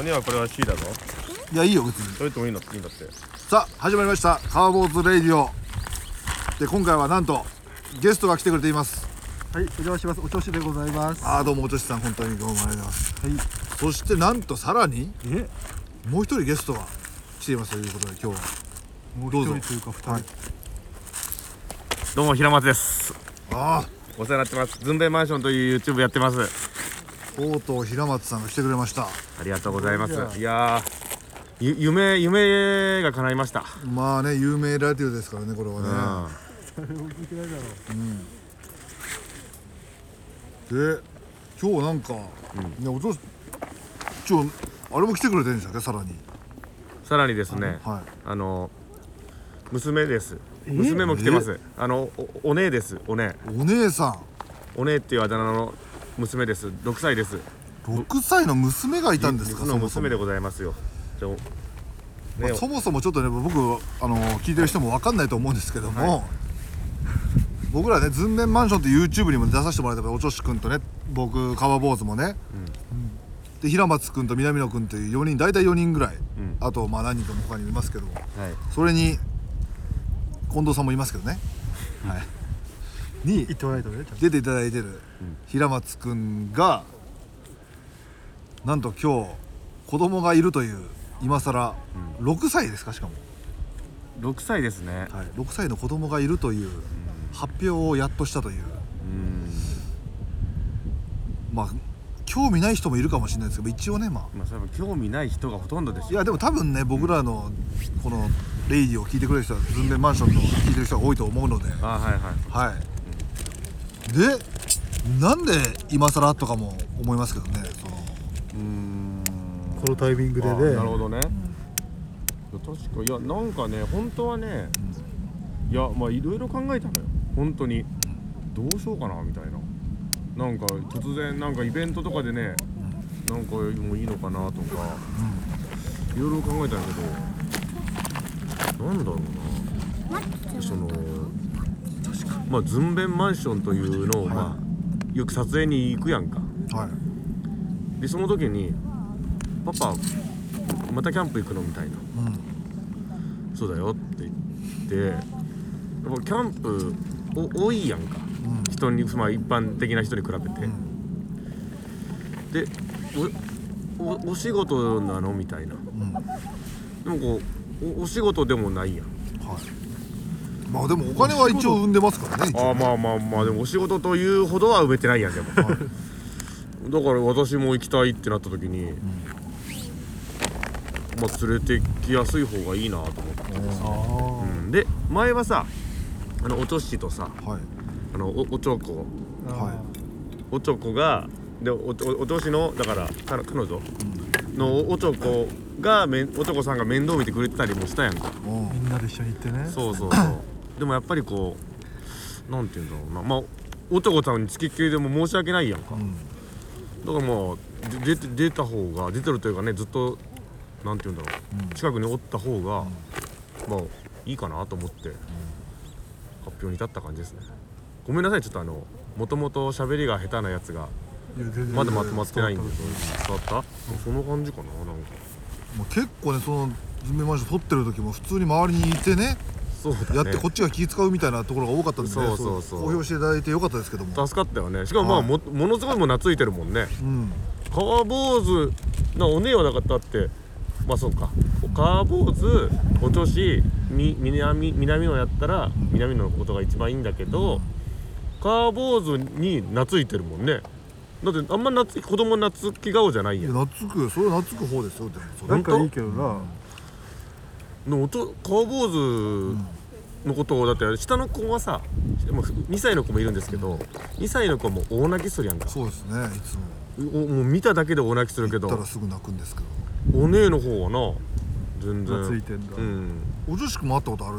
鬼はこれは C だぞいやいいよ別にそれともいいのいいんだってさあ始まりました「カーボーズレイディオ」で今回はなんとゲストが来てくれていますはい、お邪魔します。お調子でございます。ああどうもおとしさん本当にどうもありがとうございますはい。そしてなんとさらにえ、もう一人ゲストが来ていますということで今日はもうどうぞ一人というか二人。はいどうも平松ですああお世話になってますズンベイマンションという YouTube やってますとうとう平松さんが来てくれましたありがとうございますいやいやーゆ夢夢が叶いました、まあね有名ラジオですからねこれはうん誰も聞いてないだろう。ね、で今日なんか、ねおとし今日あれも来てくれてるんでしたっけさらにさらにですねはあの娘です娘も来てますあのおお姉ですお姉いお姉さんお姉っていうあだ名の娘です6歳です6歳の娘がいたんですか実の娘でございますよじゃあおねまあそもそもちょっとね僕あの聞いてる人も分かんないと思うんですけども、僕らね「ズンメンマンション」って YouTube にも出させてもらっておちょし君とね僕川坊主もね、で平松君と南野君という4人大体4人ぐらい、んあとまあ何人かも他にもいますけどもはいそれに近藤さんもいますけどね、はい、に言ってもらえたね。ちゃんと出ていただいてる平松君がなんと今日子供がいるという今更6歳ですかしかも、 6歳ですねはい、6歳の子供がいるという発表をやっとしたといううんまあ興味ない人もいるかもしれないですけど一応ねままあそれも興味ない人がほとんどであすいやでも多分ね僕らのこのレイディを聞いてくれる人はズンベンマンションの聞いてる人が多いと思うのであはいはいはいでなんで今更とかも思いますけどねそのうんこのタイミングでねあ。なるほどね確かいやなんかね本当はねいやまあいろいろ考えたのよ本当にどうしようかなみたいななんか突然なんかイベントとかでねなんかもういいのかなとかいろいろ考えたんだけどなんだろうなそのまあズンベンマンションというのをまあよく撮影に行くやんかはいでその時に「パパまたキャンプ行くの?」みたいなうん「そうだよ」って言ってやっぱキャンプお多いやんかうん人にまあ一般的な人に比べてでうんおおお仕事なのみたいなうんでもこうおお仕事でもないやんはい。まあでもお金は一応生んでますからね。一応ああまあまあまあでもお仕事というほ どは埋めてないやんでもだから私も行きたいってなった時に、まあ連れてきやすい方がいいなと思って。あうんで前はさあのおとしとさはい。あのおおちょこあ。はおちょこがでおおおとしのだから彼彼女のおおちょこがめんおちょこさんが面倒見てくれてたりもしたやんかうん。みんなで一緒に行ってね。そうそうそうでもやっぱりこうなんて言うんだろうなまあおちょこさんにつきっきりでも申し訳ないやんかうん。だからもうで出て出た方が出てるというかねずっとなんて言うんだろう、近くにおった方が、まあいいかなと思って、発表に至った感じですねごめんなさいちょっとあのもともと喋りが下手なやつがいや全然まだまとまってないんで伝わったその感じかななんかもう結構ねそのズンベマンション撮ってる時も普通に周りにいてね、そうだねやってこっちが気使うみたいなところが多かったんでね、そうそうそう公表していただいてよかったですけども。助かったよねしかもまあも,、ものすごいもう懐いてるもんねうん。川坊主なお姉はだからだってまあそうか川坊主おとしみ南南のやったら南のことが一番いいんだけど川坊主に懐いてるもんねだってあんま懐き子供懐き顔じゃないいややん懐くそれは懐く方ですよでもそれなんかいいけどな。でもおと川坊主のことをだって下の子はさもう2歳の子もいるんですけど2歳の子はもう大泣きするやんかそうですねいつも。おもう見ただけで大泣きするけ行ったらどすぐ泣くんですけど。お姉の方はな全然懐いてんだうんお女子くんも会ったことある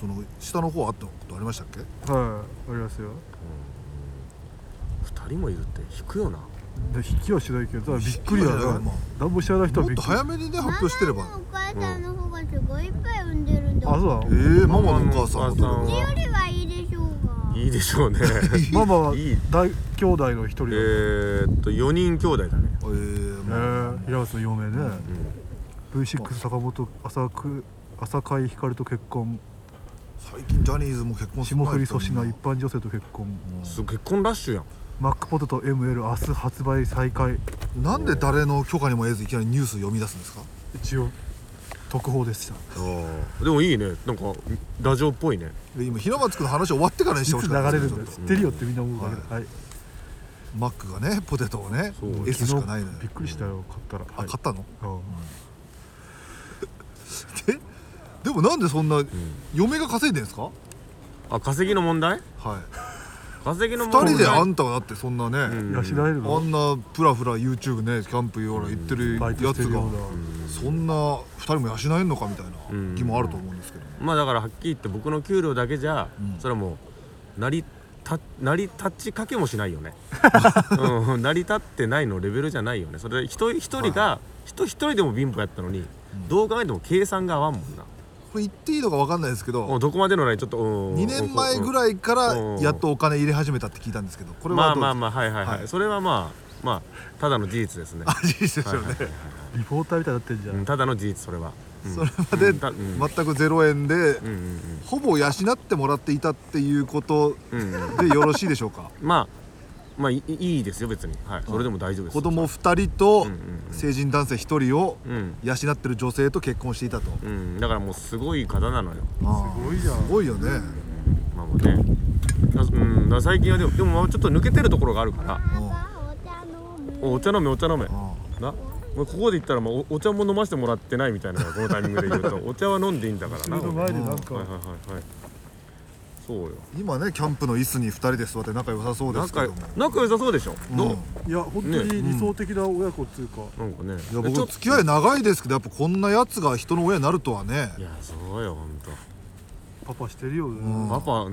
その下の方会ったことありましたっけ？はい、ありますよ。二人もいるって引くよなで引きはしないけど、ただびっくりだ引きはしないなまあ。何も知らない人はもびっっとくり。早めにね発表してれば。ママのお母さんの方がすごいいっぱい産んでるんだあ、う。そうええだ。ー、ママのお母さんのところママのお母さんそはれよりはいいでしょうが。いいでしょうねママはいい大兄弟の一人 えだ。えーっと4人兄弟だねええー、えまあ。平松の嫁ね、V6 坂本浅く浅海光と結婚最近ジャニーズも結婚する霜降り粗品一般女性と結婚す結婚ラッシュやんマックポテト ML 明日発売再開なんで誰の許可にも得ずいきなりニュース読み出すんですか一応特報でしたでもいいねなんかラジオっぽいねで今平松君の話終わってからにいしつてほし流かったれでるすんだちょっ知ってるよってみんな思うけどはいとマックがねポテトをねそう S し昨か日ないのよびっくりしたよ買ったらあはい買ったのうんででもなんでそんな嫁が稼いでんですかあ稼ぎの問題はい稼ぎの問2題人であんたがだってそんなね、うん養えるあのんなプラプラ YouTube ねキャンプよら行ってるバイトやしてつるがようなそんな2人も養えるのかみたいうんな気もあると思うんですけど、まあだからはっきり言って僕の給料だけじゃ、うんそれはもう成りた成り立ちかけもしないよ ね、うん、成り立ってないのレベルじゃないよねそれで一人一人が人一人でも貧乏やったのに、どう考えても計算が合わんもんな、これ言っていいのか分かんないですけもうどどこまでのラインちょっとうん2年前ぐいらいからうんやっとお金入れ始めたって聞いたんですけどこれまはあどうですか、まあまあはいはいはい、はいそれはまあまあただの事実です ね、事実ですよね、はいはいリポーターみたいになってんじゃうんん、ただの事実それは、うん、それまでうんたうん全く0円でうんうんほぼ養ってもらっていたっていうことうんうんうんでよろしいでしょう かまあまあいいいですよ別に、はい、それでも大丈夫です子供2人うんうんとうん成人男性1人をうん養ってる女性と結婚していたと、うん、だからもうすごい方なのよ、ああすごいじゃんすごいよね、ママね。だうん、だから最近はでも、でもちょっと抜けてるところがあるから、パパお茶飲むおお茶飲め、お茶飲め。あな、もうここで言ったら、もうおお茶も飲ませてもらってないみたいな、このタイミングで言うと、お茶は飲んでいいんだ からな。後俺はろのい前でなんはいかはいはい。そうよ。今ねキャンプの椅子に2人で座って仲良さそうですけ仲どよも、仲良さそうでしょ。どううんいや本当に理想的な親子っていうかなんかね。いやえちょっ僕と付き合い長いですけどやっぱこんなやつが人の親になるとはねいや、そうよ、本パパしてるよねん当。パパな、うんち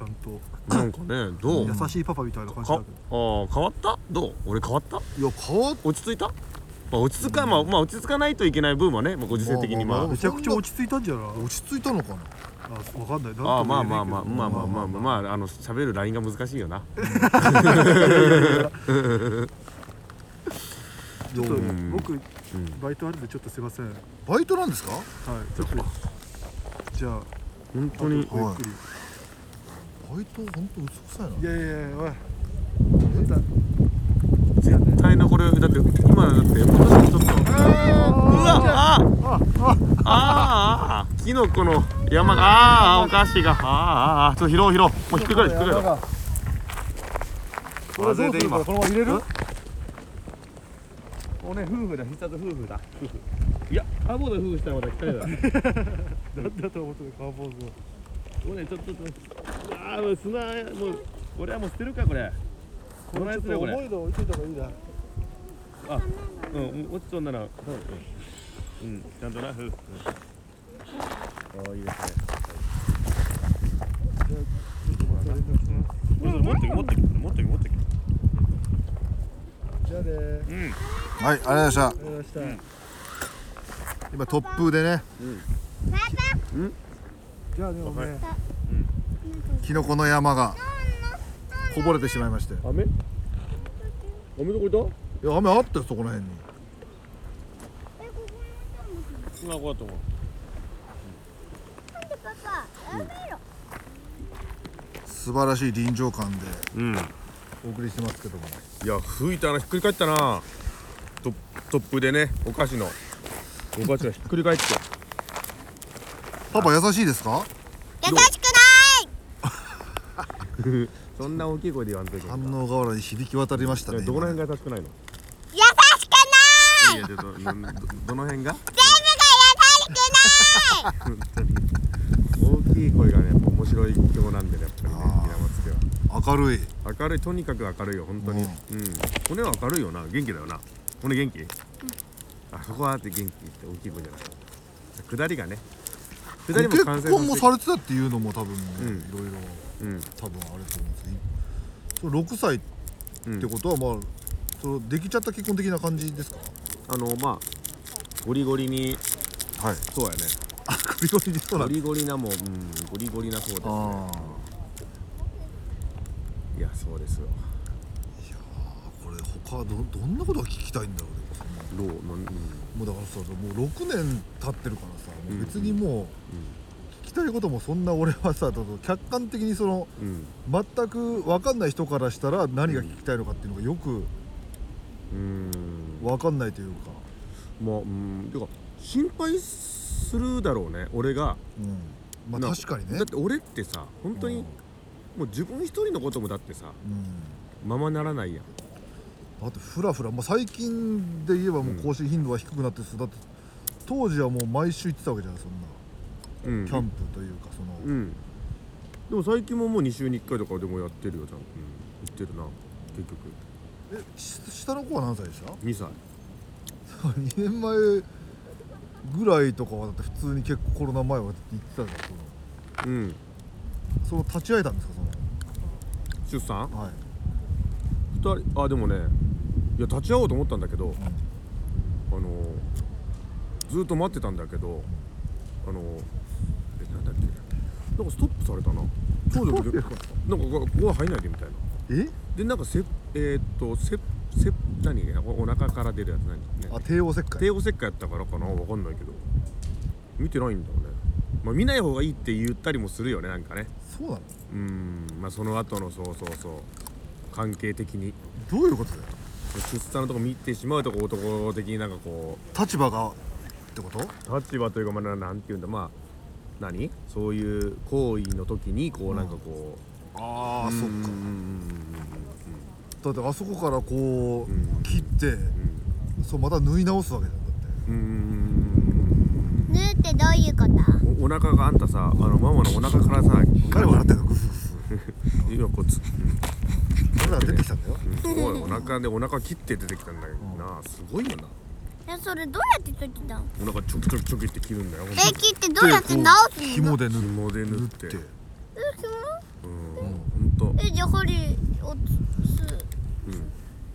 ゃんとなんかね、どう。か、優しいパパみたいな感じあだけどー、変わった。どう、俺変わった。いや変わっ落ち着いた。まあ、落ち着か、まあ、まあ、落ち着かないといけない分はね、まあ、ご時世的に、ままあまあまああ。めちゃくちゃ落ち着いたんじゃないあ落ち着いたのかなわかんないなんともああまあ言えまあないけまどあまあまあまあまあ、あ、の喋るラインが難しいよな。ちょっとうん僕うんバイトあるんでちょっとすいませんはいバイトなんですかちょっとじゃあ本当にごゆっくりバイト本当嘘くさいないやいやいやおいまた絶対なこれだって今だって今年ちょっとうわああああキノコの山がああお菓子がああああちょっと拾おう拾おうもうひっくり返るひっくり返る。これどうするんだこのまま入れるもうね夫婦だ必殺夫婦だいやアボで夫婦したらまた光だ。 なんだと思ってカーボーズもうねちょっとちょっとああもう砂もう俺はもう捨てるかこれどないするよこれ重いの置いといた方がいいなうん落ちそうなら多分うん、うん、ちゃんとな夫婦、うんそうそう持ってけ持ってけ持ってけ持ってけじゃあねはいありがとうございましたありがとうございまし今突風でねパパたじゃあねおめえキノコの山がこぼれてしまいましてい雨？雨どこ行っや雨あったよそこら辺にえここにお茶飲む今こうだと思う。なんでパパやめろ素晴らしい臨場感でうん。いお送りしてますけどもや吹いたなひっくり返ったな。と突風でねお菓子のお菓子がひっくり返って。 パパ優しいですか優しくないそんな大きい声で言わんといけ反応河原に響き渡りましたねどこら今ね辺が優しくないの優しくないいやちょっとどどの辺が全部が優しくない大きい声がねやっぱ面白い曲なんでねやっぱりねあー平松家明るいは明るいとにかく明るいよ本当にうん、骨は明るいよな元気だよな骨元気、あそこはって元気って大きい声じゃない下りがね下りも結完成婚もされてたっていうのも多分ねうんいろいろうん多分あれと思うんですけど6歳ってことはまあそのできちゃった結婚的な感じですかあのまあゴリゴリにはいそうやねあゴリゴリにそうなゴんだリゴリなもん、うん、ゴリゴリなそうですねああいやそうですよこれ他どどんなことが聞きたいんだろうねローなんもうだからさもう6年経ってるからさもう別にもう、聞きたいこともそんな俺はさどうぞ客観的にそのうんうん全く分かんない人からしたら何が聞きたいのかっていうのがよくうーん分かんないというか、まあうんてか心配するだろうね俺がうん、まなあ確かにねだって俺ってさ本当にもう自分一人のこともだってさうん、ままならないやんあとフラフラ、まあ、最近で言えばもう更新頻度は低くなってるんですだって当時はもう毎週行ってたわけじゃんそんなうんキャンプというかその、うんでも最近ももう2週に1回とかでもやってるよちゃんと、うん、言ってるな結局えし下の子は何歳でした2歳2年前ぐらいとかはだって普通に結構コロナ前は行ってたじゃんそのうんその立ち会えたんですかそ出産のはい2人あでもねいや立ち会おうと思ったんだけど、あのずっと待ってたんだけどあのえなんだっけなんかストップされたなそうでもなんかここは入んないでみたいなえでなんかせえーっとせせ何おお腹から出るやつ何ねあ帝王切開帝王切開やったからかなわかんないけど見てないんだよねまあ見ない方がいいって言ったりもするよねなんかねそうなのうーんまあその後のそうそうそう関係的にどういうことだよ出産のとこ見てしまうとこ男的になんかこ立場がってことう立場というかまあななんていうんだまあ何そういう行為の時にこうなんかこああう、そっうんうんかうだってあそこからこう、うん切ってそうまた縫い直すわけじゃんだってんうんうんうんうんぬってどういうことおお腹があんたさあのママのお腹からさ彼笑ってんのグフグフ今こうつ俺ら出てきたんだようんすごいお腹でお腹切って出てきたんだけどなすごいよなえそれどうやって解きたのお腹ちょきちょきちょきって切るんだよえ切ってどうやって直すの紐で縫っ紐で縫っててえ紐うんほんとえじゃあ針をつつ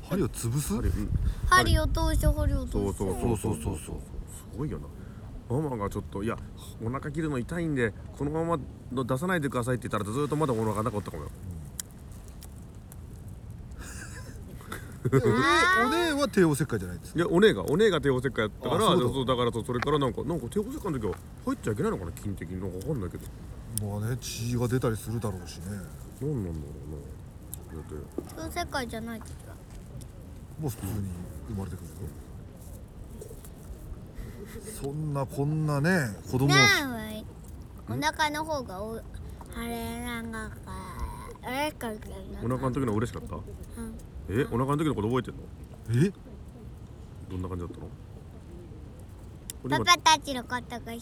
針を潰す針うん針を通して針を通してそうそうそうそうそうそそううそそううすごいよなママがちょっといやお腹切るの痛いんでこのままの出さないでくださいって言ったらずっとまだお腹なかったかもよでお姉お姉は帝王切開じゃないですいやお姉がお姉が帝王切開やったからあそうだそうだからそうそれからなんかなんか帝王切開の時は入っちゃいけないのかな筋的になんかわかんないけどまあね血が出たりするだろうしねなんなんだろうなだってそう世界じゃない時はもう普通に生まれてくるよ、そんなこんなね子供をねえお腹の方がおあれなんかあれからだよなお腹の時の嬉しかった、えお腹の時のこと覚えてんのえどんな感じだったの俺パ今パたちのことがひ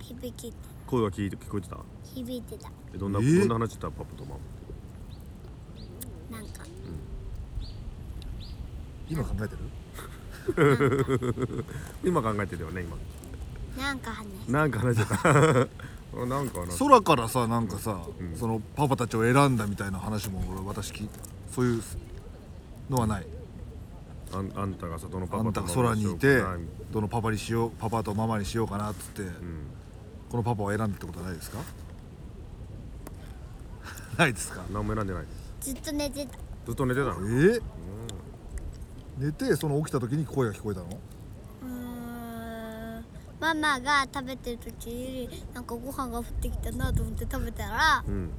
響き声が聞いて聞こえてた響いてたえどんな、えどんな話してたパパとママなんか今考えてる今考えてるよね今なんか話なんか話してたあ なんか話空からさなんかさ、そのパパたちを選んだみたいな話も俺私聞いそういうのはないあんあんたがさどのパあパんとたマがマ空にいてどうしようかなみどのパパにしようパパとママにしようかなっつって、んこのパパを選んだってことはないですか ないですかたいな何も選んでないずっと寝てたずっと寝てたえの寝てその起きた時に声が聞こえたのうーんママが食べてる時よりなんかご飯が降ってきたなと思って食べたらうん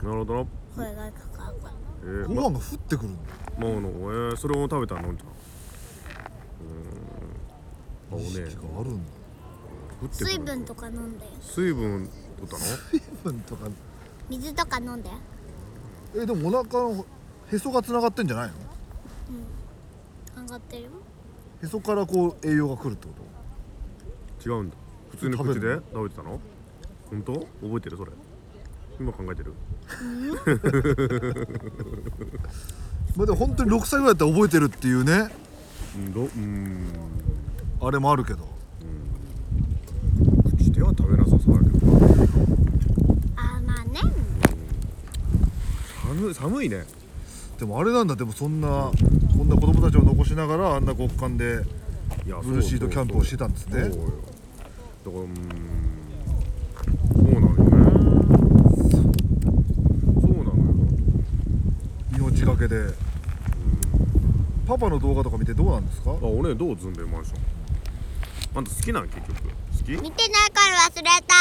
なるほどな声がかかったえー、ごま飯が降ってくるんだママのえー、それを食べたののんちゃんうーんあお意識ねがあるんだ降ってくる水分とか飲んだよ水分取ったの水分とか水とか飲んだよえでもお腹のへそがつながってんじゃないの上がってるよへそからこう栄養が来るってこと違うんだ普通に口で食べてたの本当覚えてるそれ今考えてるまあ、でも本当に6歳ぐらいだったら覚えてるっていうねうんどうーんあれもあるけど口では食べなさそうだけどあーまあね寒い寒いねでもあれなんだでもそんなこんな子供たちを残しながらあんな極寒でいやブルーシートキャンプをしてたんですねそうよだからうーんそうなのよねそうなのよ命がけでパパの動画とか見てどうなんですかあ俺どうずんべんマンションあんた好きなん結局好き見てないから忘れた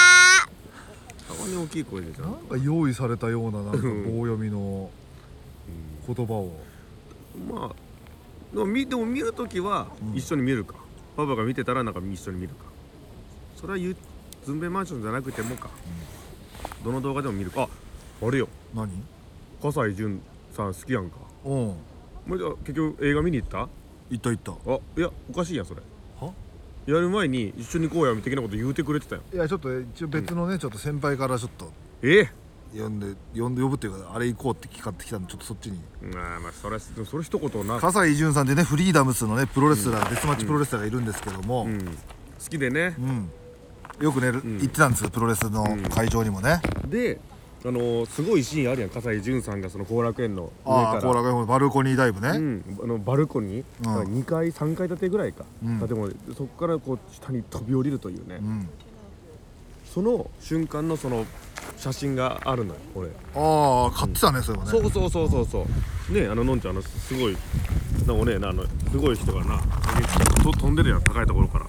たまに大きい声でじゃなんんか用意されたようななんか棒読みの言葉をまあでも見でも見るときは一緒に見るか、パパが見てたらなんか一緒に見るかそれはゆずんべんマンションじゃなくてもか、どの動画でも見るかああれよ何葛西潤さん好きやんかうんもうじゃあ結局映画見に行った言った言ったあいやおかしいやんそれはやる前に一緒に行こうやみたいなこと言うてくれてたよいやちょっと一応別のね、ちょっと先輩からちょっとえ呼んで呼んで呼ぶっていうかあれ行こうって聞かってきたんでちょっとそっちにえまあまあそれはそれ一言な葛西潤さんでねフリーダムスのねプロレスラー、デスマッチプロレスラーがいるんですけども、うん好きでねうんよくね、行ってたんですよプロレスの会場にもね、であのーすごいシーンあるやん葛西潤さんがその後楽園の上ああか後ら楽園ホールバルコニーダイブね、うん、あのバルコニー、うんだから2階3階建てぐらいか、うん建物でそこからこう下に飛び降りるというね、うんその瞬間のその写真があるのよ俺、ああ買ってたねそれもねそうそうそうそうそうねあののんちゃんあのすごいなんかねなあのすごい人がなと飛んでるやん高いところから、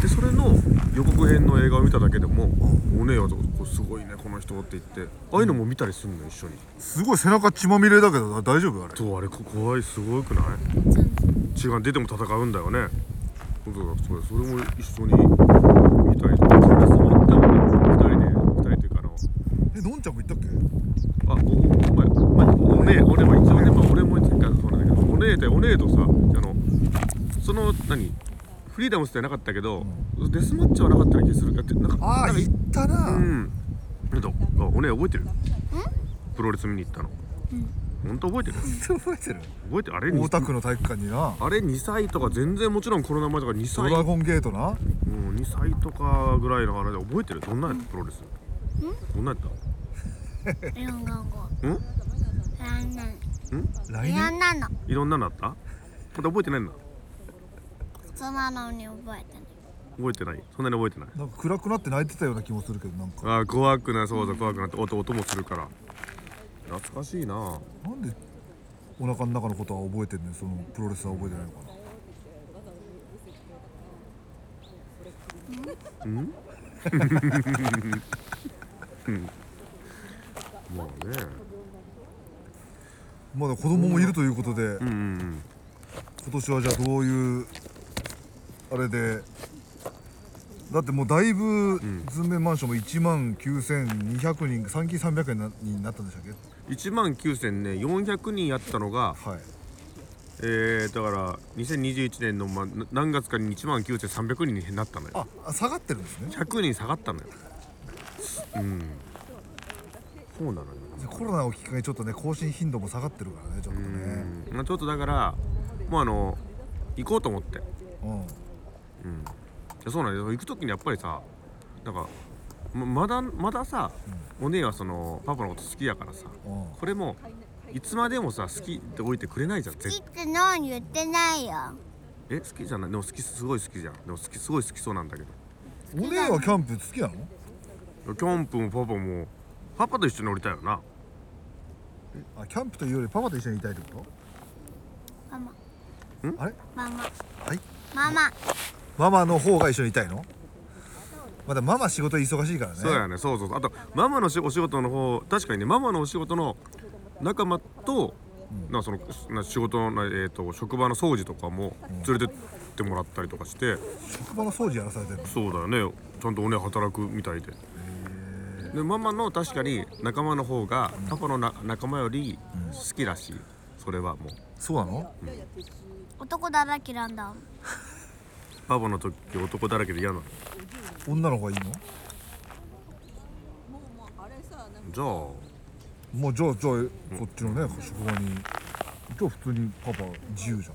でそれの予告編の映画を見ただけでも「おねえよこうすごいねこの人」って言ってああいうのも見たりすんのよ一緒にすごい背中血まみれだけど大丈夫あれそうあれこ怖いすごくない血が出ても戦うんだよねそうだそれそれも一緒に見たりとかそれそう思ったのね二人で二人っていうかあのえのんちゃんも行ったっけあ、お、お前、まあ、おねえ、俺も一応ね、まあ、俺も一回そうなんだけど、おねえで、おねえとさ、あの。その、何、フリーダムスじゃなかったけど、デスマッチはなかったような気する、だって、なんか、あなあんかい行ったな、うん。えっと、あおねえ覚えてる。プロレス見に行ったの。本当覚えてる。覚えてる覚えてる、あれ、大田区の体育館になあれ二歳とか、全然もちろんコロナ前とか、二ド歳。ラゴンゲートなうん、二歳とかぐらいの話で、覚えてる、どんなんやった、プロレス。どんなんやっやんなのた。うん。やんなの来や年んなのいろんなのあった。まだ覚えてないんだ。そんなのに覚えてない覚えてない。そんなに覚えてない。なんか暗くなって泣いてたような気もするけどなんかあー怖くなそうだ怖くなって音音もするから懐かしいななんでお腹の中のことは覚えてんねんそのプロレスは覚えてないのかなまあねまあでも子供もいるということで、うんうん今年はじゃあどういうあれでだってもうだいぶズンメンマンションも1万9200人3期300円なになったんでしたっけうん1万9400ね400人やったのがはいえー、だから2021年の、ま、な何月かに1万9300人になったのよああ下がってるんですね100人下がったのようんそうなのよコロナをきっかけにちょっとね更新頻度も下がってるからねちょっとうねんまあちょっとだからもうあの行こうと思ってうんうん、いやそうなんだよ行く時にやっぱりさなんかままだまださ、お姉はそのパパのこと好きやからさうんこれもいつまでもさ好きって置いてくれないじゃん絶好きってのに言ってないよえ好きじゃないでも好きすごい好きじゃんでも好きすごい好きそうなんだけどお姉はキャンプ好きなのキャンプもパパもパパと一緒に降りたいよなあキャンプというよりパパと一緒にいたいってこママとあれママはいママママの方が一緒にいたいのまだママ仕事忙しいからねそうやねそうそうそうあとママのしお仕事の方確かにねママのお仕事の仲間と、なそのな仕事の、えー、と職場の掃除とかも連れてってもらったりとかして、職場の掃除やらされてるのそうだよねちゃんとおね働くみたいででママの確かに仲間の方がパパのな仲間より好きらしいそれはもうそうなの男だらけなんだパパの時男だらけで嫌なの女の方がいいのじゃあもうじゃあじゃあこっちのね職場に今日普通にパパ自由じ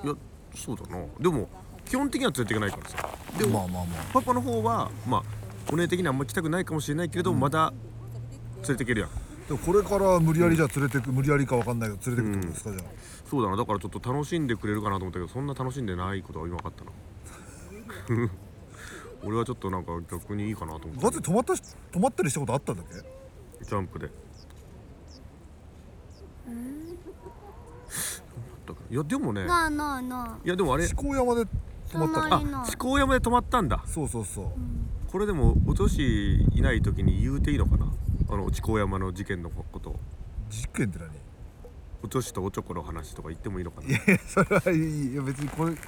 ゃいやそうだなでも基本的には連れていけないからさでんまもあまあまあパパの方はまあお姉的にはあんま来たくないかもしれないけれどまだ連れていけるやんでもこれから無理やりじゃあ連れてく、無理やりかわかんないけど連れてくってことですか、そうだなだからちょっと楽しんでくれるかなと思ったけどそんな楽しんでないことは今分かったな 俺はちょっとなんか逆にいいかなと思ってじゃあガチ泊まったし泊まったりしたことあったんだっけジャンプで。ったかいやでもねなあなあなあいやでもあれ四甲山でその止まった隣のあ四甲山で止まったんだそうそうそうこれでもお年いない時に言うていいのかなあの四甲山の事件のこと実験って何 お年とおちょこの話とか言ってもいいのかなそれはいいいや別にこれこ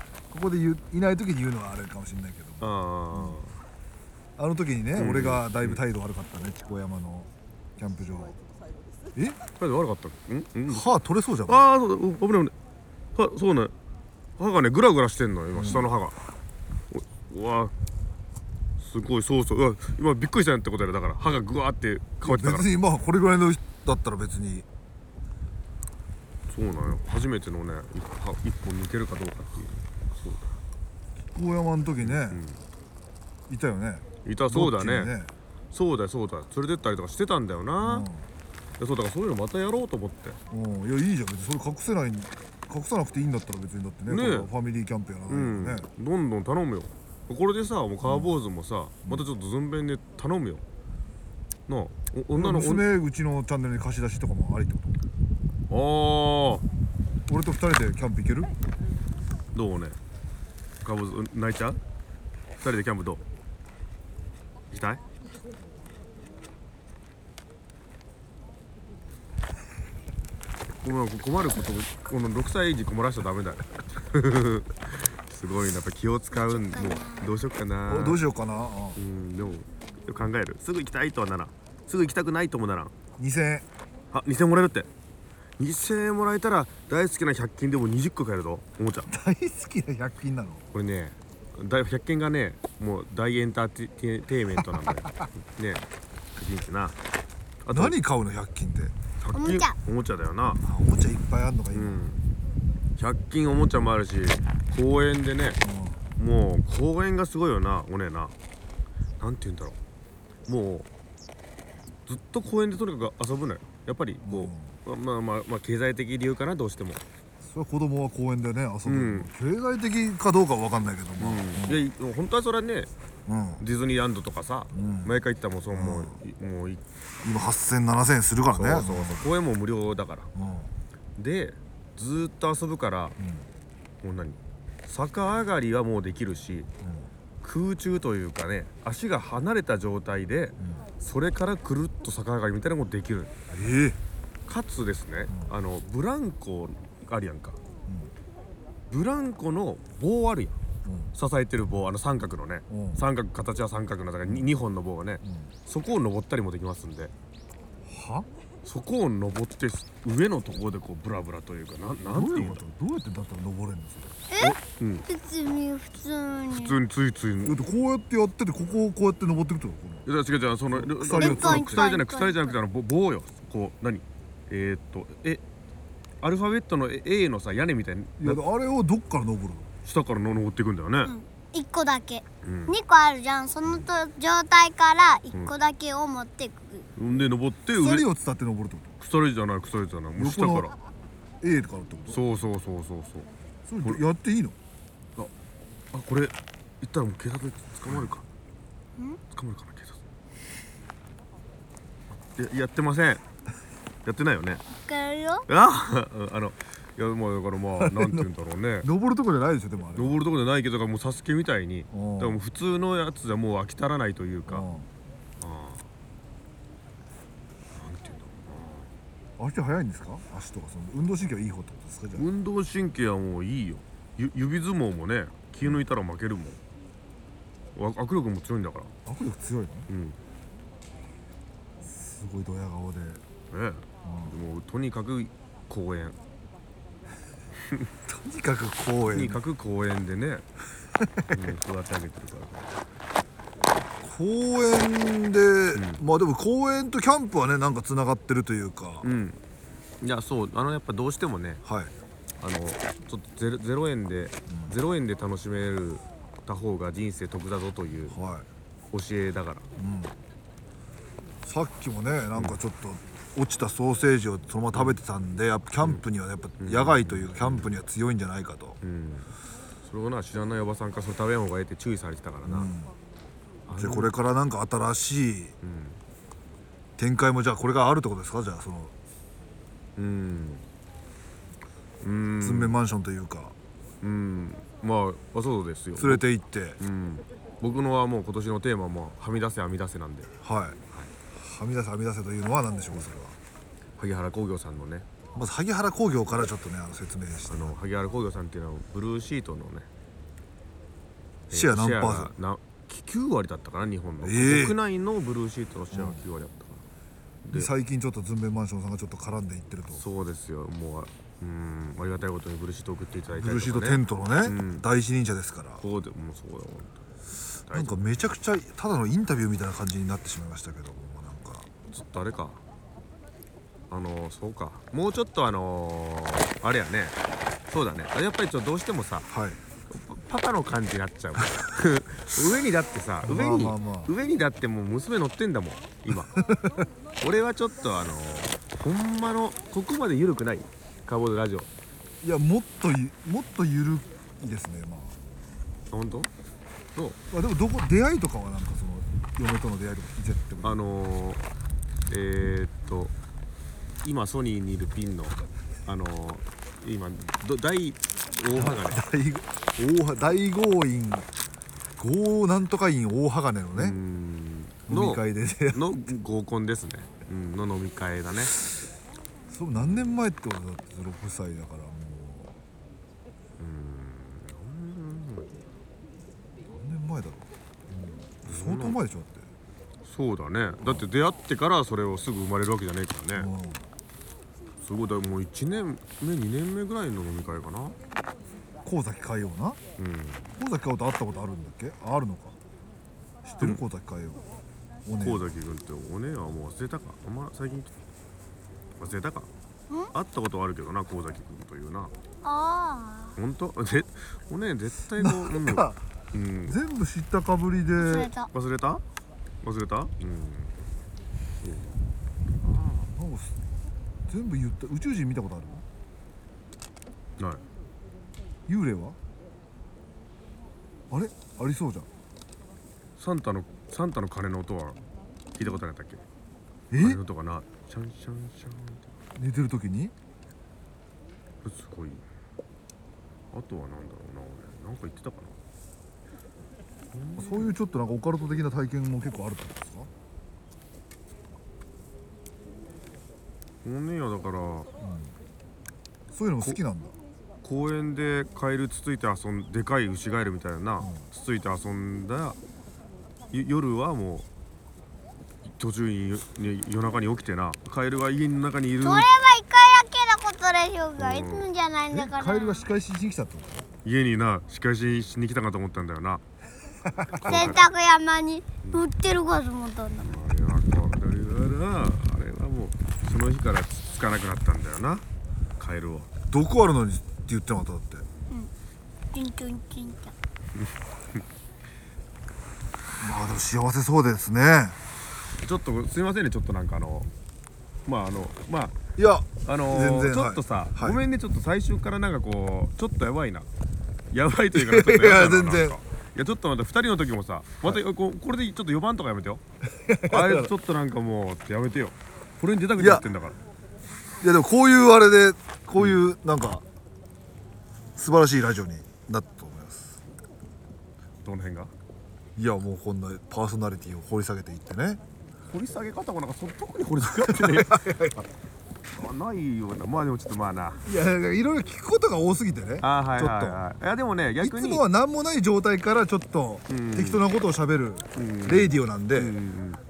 こで言ういない時に言うのはあれかもしれないけどああの時にね、ん俺がだいぶ態度悪かったね千高山のキャンプ場えあ態度悪かったっけうんうん歯取れそうじゃんああそうだうん危ない危ないはそうね歯がねグラグラしてんの今下の歯が、おうわすごいそうそううわ今びっくりしたんってことやろだから歯がグワーって変わってたから別にまあこれぐらいのだったら別にそうなんよ初めてのね歯一本抜けるかどうかっていうそう高山の時ね、いたよねいたそうだロねッキーにそうだよそうだよ連れてったりとかしてたんだよな、うんいやそうだからそういうのまたやろうと思ってうん、いやいいじゃん別にそれ隠せない隠さなくていいんだったら別にだってねねえこれはファミリーキャンプやらないうん、からね、どんどん頼むよこれでさもうカーボーズもさ、またちょっとずんべんで頼むよなあお女の子あ娘うちのチャンネルに貸し出しとかもありってことあー俺と二人でキャンプ行けるどうねカーボーズうん泣いちゃう二人でキャンプどう行きたいごめん困ることこの6歳児困らしちゃダメだよ すごいなやっぱ気を使うんもうどうしよっかなおどうしようかな、ううんでも考えるすぐ行きたいとはならんすぐ行きたくないともならんん、2000円あ2000円もらえるって2000円もらえたら大好きな100均でも20個買えるぞおもちゃ大好きな100均なのこれね大100均がねもう大エンターテイテイメント なんだよね100均ってなあ何買うの100均って100均おもちゃおもちゃだよなあおもちゃいっぱいあんのかう今、ん100均おもちゃもあるし公園でねもう公園がすごいよなおねえななんて言うんだろうもうずっと公園でとにかく遊ぶのよやっぱりこう、まあまあまあ経済的理由かなどうしても、それは子供は公園でね遊ぶ、うん経済的かどうかは分かんないけどまあで本当はそれはねうん、ディズニーランドとかさ、毎回行ったらもうそう、もういもうい今80007000円するからそうねそうそう公園も無料だからうんでずーっと遊ぶから、もう何逆上がりはもうできるし、空中というかね足が離れた状態で、それからくるっと逆上がりみたいなのもできるええかつですね、あのブランコあるやんか、ブランコの棒あるやん、支えてる棒あの三角のね、うん三角形は三角のだから 2, 本の棒がね、そこを登ったりもできますんではそこを登って上のところでこうブラブラというかなんなんてどういいううのことどうやってだったら登れるんですか別に普通に普通についついだってこうやってやっててここをこうやって登っていくってことこいのや違う違うその鎖鎖をを鎖じゃない一本一本鎖じゃなくてあの棒棒よこう何えー、っとえアルファベットの A のさ屋根みたいにいやあれをどっから登るの下からの登っていくんだよね、 1個だけ、ん2個あるじゃんそのと状態から1個だけを持ってく、で登って鎖上を伝って登るってこ鎖じゃない鎖じゃないもう下横のからと A からってことそうそうそうそうそうそれやっていいのあこれ行ったらもう警察に捕まるか捕まるかな警察ややってませんやってないよね行くよああのいやまあだからまあなんて言うんだろうね登るとこじゃないでしょでもあれ登るとこじゃないけどだからもうサスケみたいにうんだからもう普通のやつじゃもう飽き足らないというかなんて言うんだろうん足速いんですか足とかその運動神経はいい方ってことですかじゃう運動神経はもういいよゆ指相撲もね気抜いたら負けるもんわ握力も強いんだからあ握力強いのうんすごいドヤ顔でねもうとにかく公園とにかく公と園にかく公園でね、うん、育て上げてるから公園で、まあでも公園とキャンプはねなんかつながってるというか、うんいやそうあのやっぱどうしてもねはいあのちょっとゼロゼロ円で、ゼロ円で楽しめるた方が人生得だぞというはい教えだからさっきもねなんかちょっと落ちたソーセージをそのまま食べてたんでやっぱキャンプにはやっぱ野外というかキャンプには強いんじゃないかと、それをな知らないおばさんからそれ食べん方がええって注意されてたからな、でこれからなんか新しい展開もじゃあこれがあるってことですかじゃあそのうんうんズンメンマンションというかうんまああそうですよ連れて行って、うん、僕のはもう今年のテーマもはみ出せはみ出せなんではいはみ出せはみ出せというのは何でしょうかそれは萩原工業さんのねまず萩原工業からちょっとねあの説明してあの萩原工業さんっていうのはブルーシートのねえーシェア何シェアパーセンがな9割だったかな日本の、ええ国内のブルーシートのシェアが9割だったかな、でで最近ちょっとズンベンマンションさんがちょっと絡んでいってるとそうですよもううんありがたいことにブルーシート送っていただいたブりとか、ね、ルーシートテントのね、うん第一人者ですからこうでもうそうだよな本ん当かにめちゃくちゃただのインタビューみたいな感じになってしまいましたけどもなんかちょっとあれかあのそうかもうちょっとあのーあれやねそうだねあやっぱりちょっとどうしてもさはいパパの感じになっちゃう 上にだってさ上に、まあまあまあ上にだってもう娘乗ってんだもん 今俺はちょっとあのーほんまのここまで緩くないカーボードラジオいやもっとゆもっと緩いですねまあ本当どうまあでもどこ出会いとかはなんかその嫁との出会いとか聞いちゃってもあのー、えー、っと今ソニーにいるピンのあのー、今ど大大はがね大大大豪院豪なんとか院大鋼のうーね、ん飲み会で出会いの合コンですね、うん、の飲み会だねそう何年前ってことだって6歳だからもう何年前だろう、うん相当前でしょだってそうだねだって出会ってからそれをすぐ生まれるわけじゃねえからねすごいだもう1年目2年目ぐらいの飲み会かな神崎海洋なう神崎海洋と会ったことあるんだっけああるのか知ってる神崎海洋おんね神崎君っておねえはもう忘れたかあんま最近忘れたか会ったことはあるけどな神崎君というなあほん とぜおねえ絶対のうんかうん全部知ったかぶりであなそんれかと忘れた忘れたうんす全部言った宇宙人見たことあるない幽霊はあれありそうじゃんサンタのサンタの鐘の音は聞いたことなかったっけ鐘えの音がなシャンシャンシャンって寝てる時にすごいあとは何だろうな俺なんか言ってたかなそういうちょっとなんかオカルト的な体験も結構あるってことですかおねえやだからそういうのも好きなんだ公園でカエルつついて遊んでかい牛ガエルみたいな、つついて遊んだよ夜はもう途中にに夜中に起きてなカエルは家の中にいるそれは一回だけのことでしょうが、いつもじゃないんだえからカエルが仕返ししに来たってこと家にな仕返ししに来たかと思ったんだよな洗濯山に乗ってるかと思ったんだもんあれはこれはなあれはもうその日からつつかなくなったんだよなカエルを毒あるのにって言ってなかっただってキンキンキンキンまあでも幸せそうですねちょっとすいませんねちょっとなんかあのまああのまあいやあのー全然ちょっとさ、はいごめんねちょっと最初からなんかこうちょっとやばいなやばいというかなちょっとばないや全然なんかいやちょっとまた2人の時もさまた、こうこれでちょっと4番とかや めてよあれちょっとなんかもうやめてよこれに出たくてやってんだからいやでもこういうあれでこういうなんか素晴らしいラジオになったと思いますどの辺がいやもうこんなパーソナリティを掘り下げていってね掘り下げ方もなんかそ特に掘り下げて ねあないようなまあでもちょっとまあないやいろいろ聞くことが多すぎてねあーはいちょっとはいはいいやでもねい逆つにもは何もない状態からちょっと適当なことをしゃべるレイディオなんで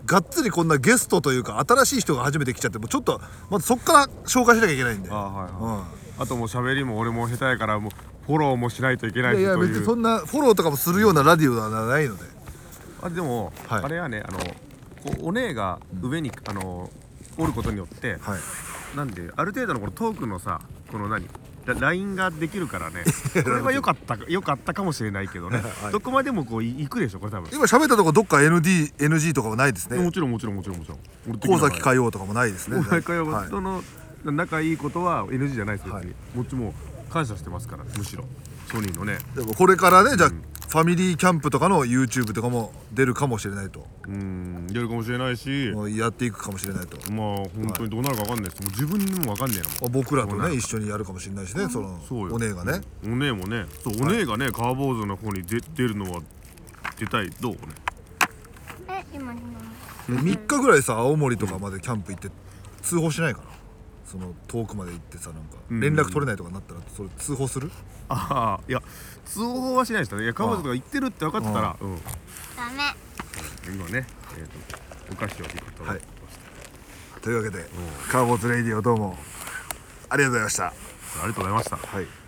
がっつりこんなゲストというか新しい人が初めて来ちゃってもうちょっとまずそっから紹介しなきゃいけないんで、あーはいはいうんあともう喋りも俺も下手やからもうフォローもしないといけないいやいしやと別いにうそんなフォローとかもするようなラディオではないのであでも、はいあれはねあのこうお姉が上に、あのおることによって、はいなんである程度のこのトークのさこの何ララインができるから ねこれは良かった良かったかもしれないけどね、どこまでもこういいくでしょこれ多分今喋ったとこどっか NDNG とかはないですねもちろんもちろんもちろんもちろん俺的に神は崎海洋とかもないですねもう 仲良いはい人の仲いいことは NG じゃないです別に、はいもちもう感謝してますからむしろソニーのねでもこれからねじゃあ、ファミリーキャンプとかの YouTube とかも出るかもしれないとうんやるかもしれないしまあもうやっていくかもしれないと本当にどうなるかわかんないですもう自分にもわかんねえなもん僕らとそうなんねだ一緒にやるかもしれないしねそのそうよお姉がねお姉もねそうお姉がねカーボーズの方に出出るのは出たいどうねえ、今今3日ぐらいさ青森とかまでキャンプ行って通報しないかなその遠くまで行ってさなんかん連絡取れないとかになったらそれ通報するああいや通報はしないでしたねいやカーボーズとか行ってるって分かってたらうんダメ今ねえーとお菓子をピクトはいというわけでカーボーズレイディオどうもありがとうございましたありがとうございましたはい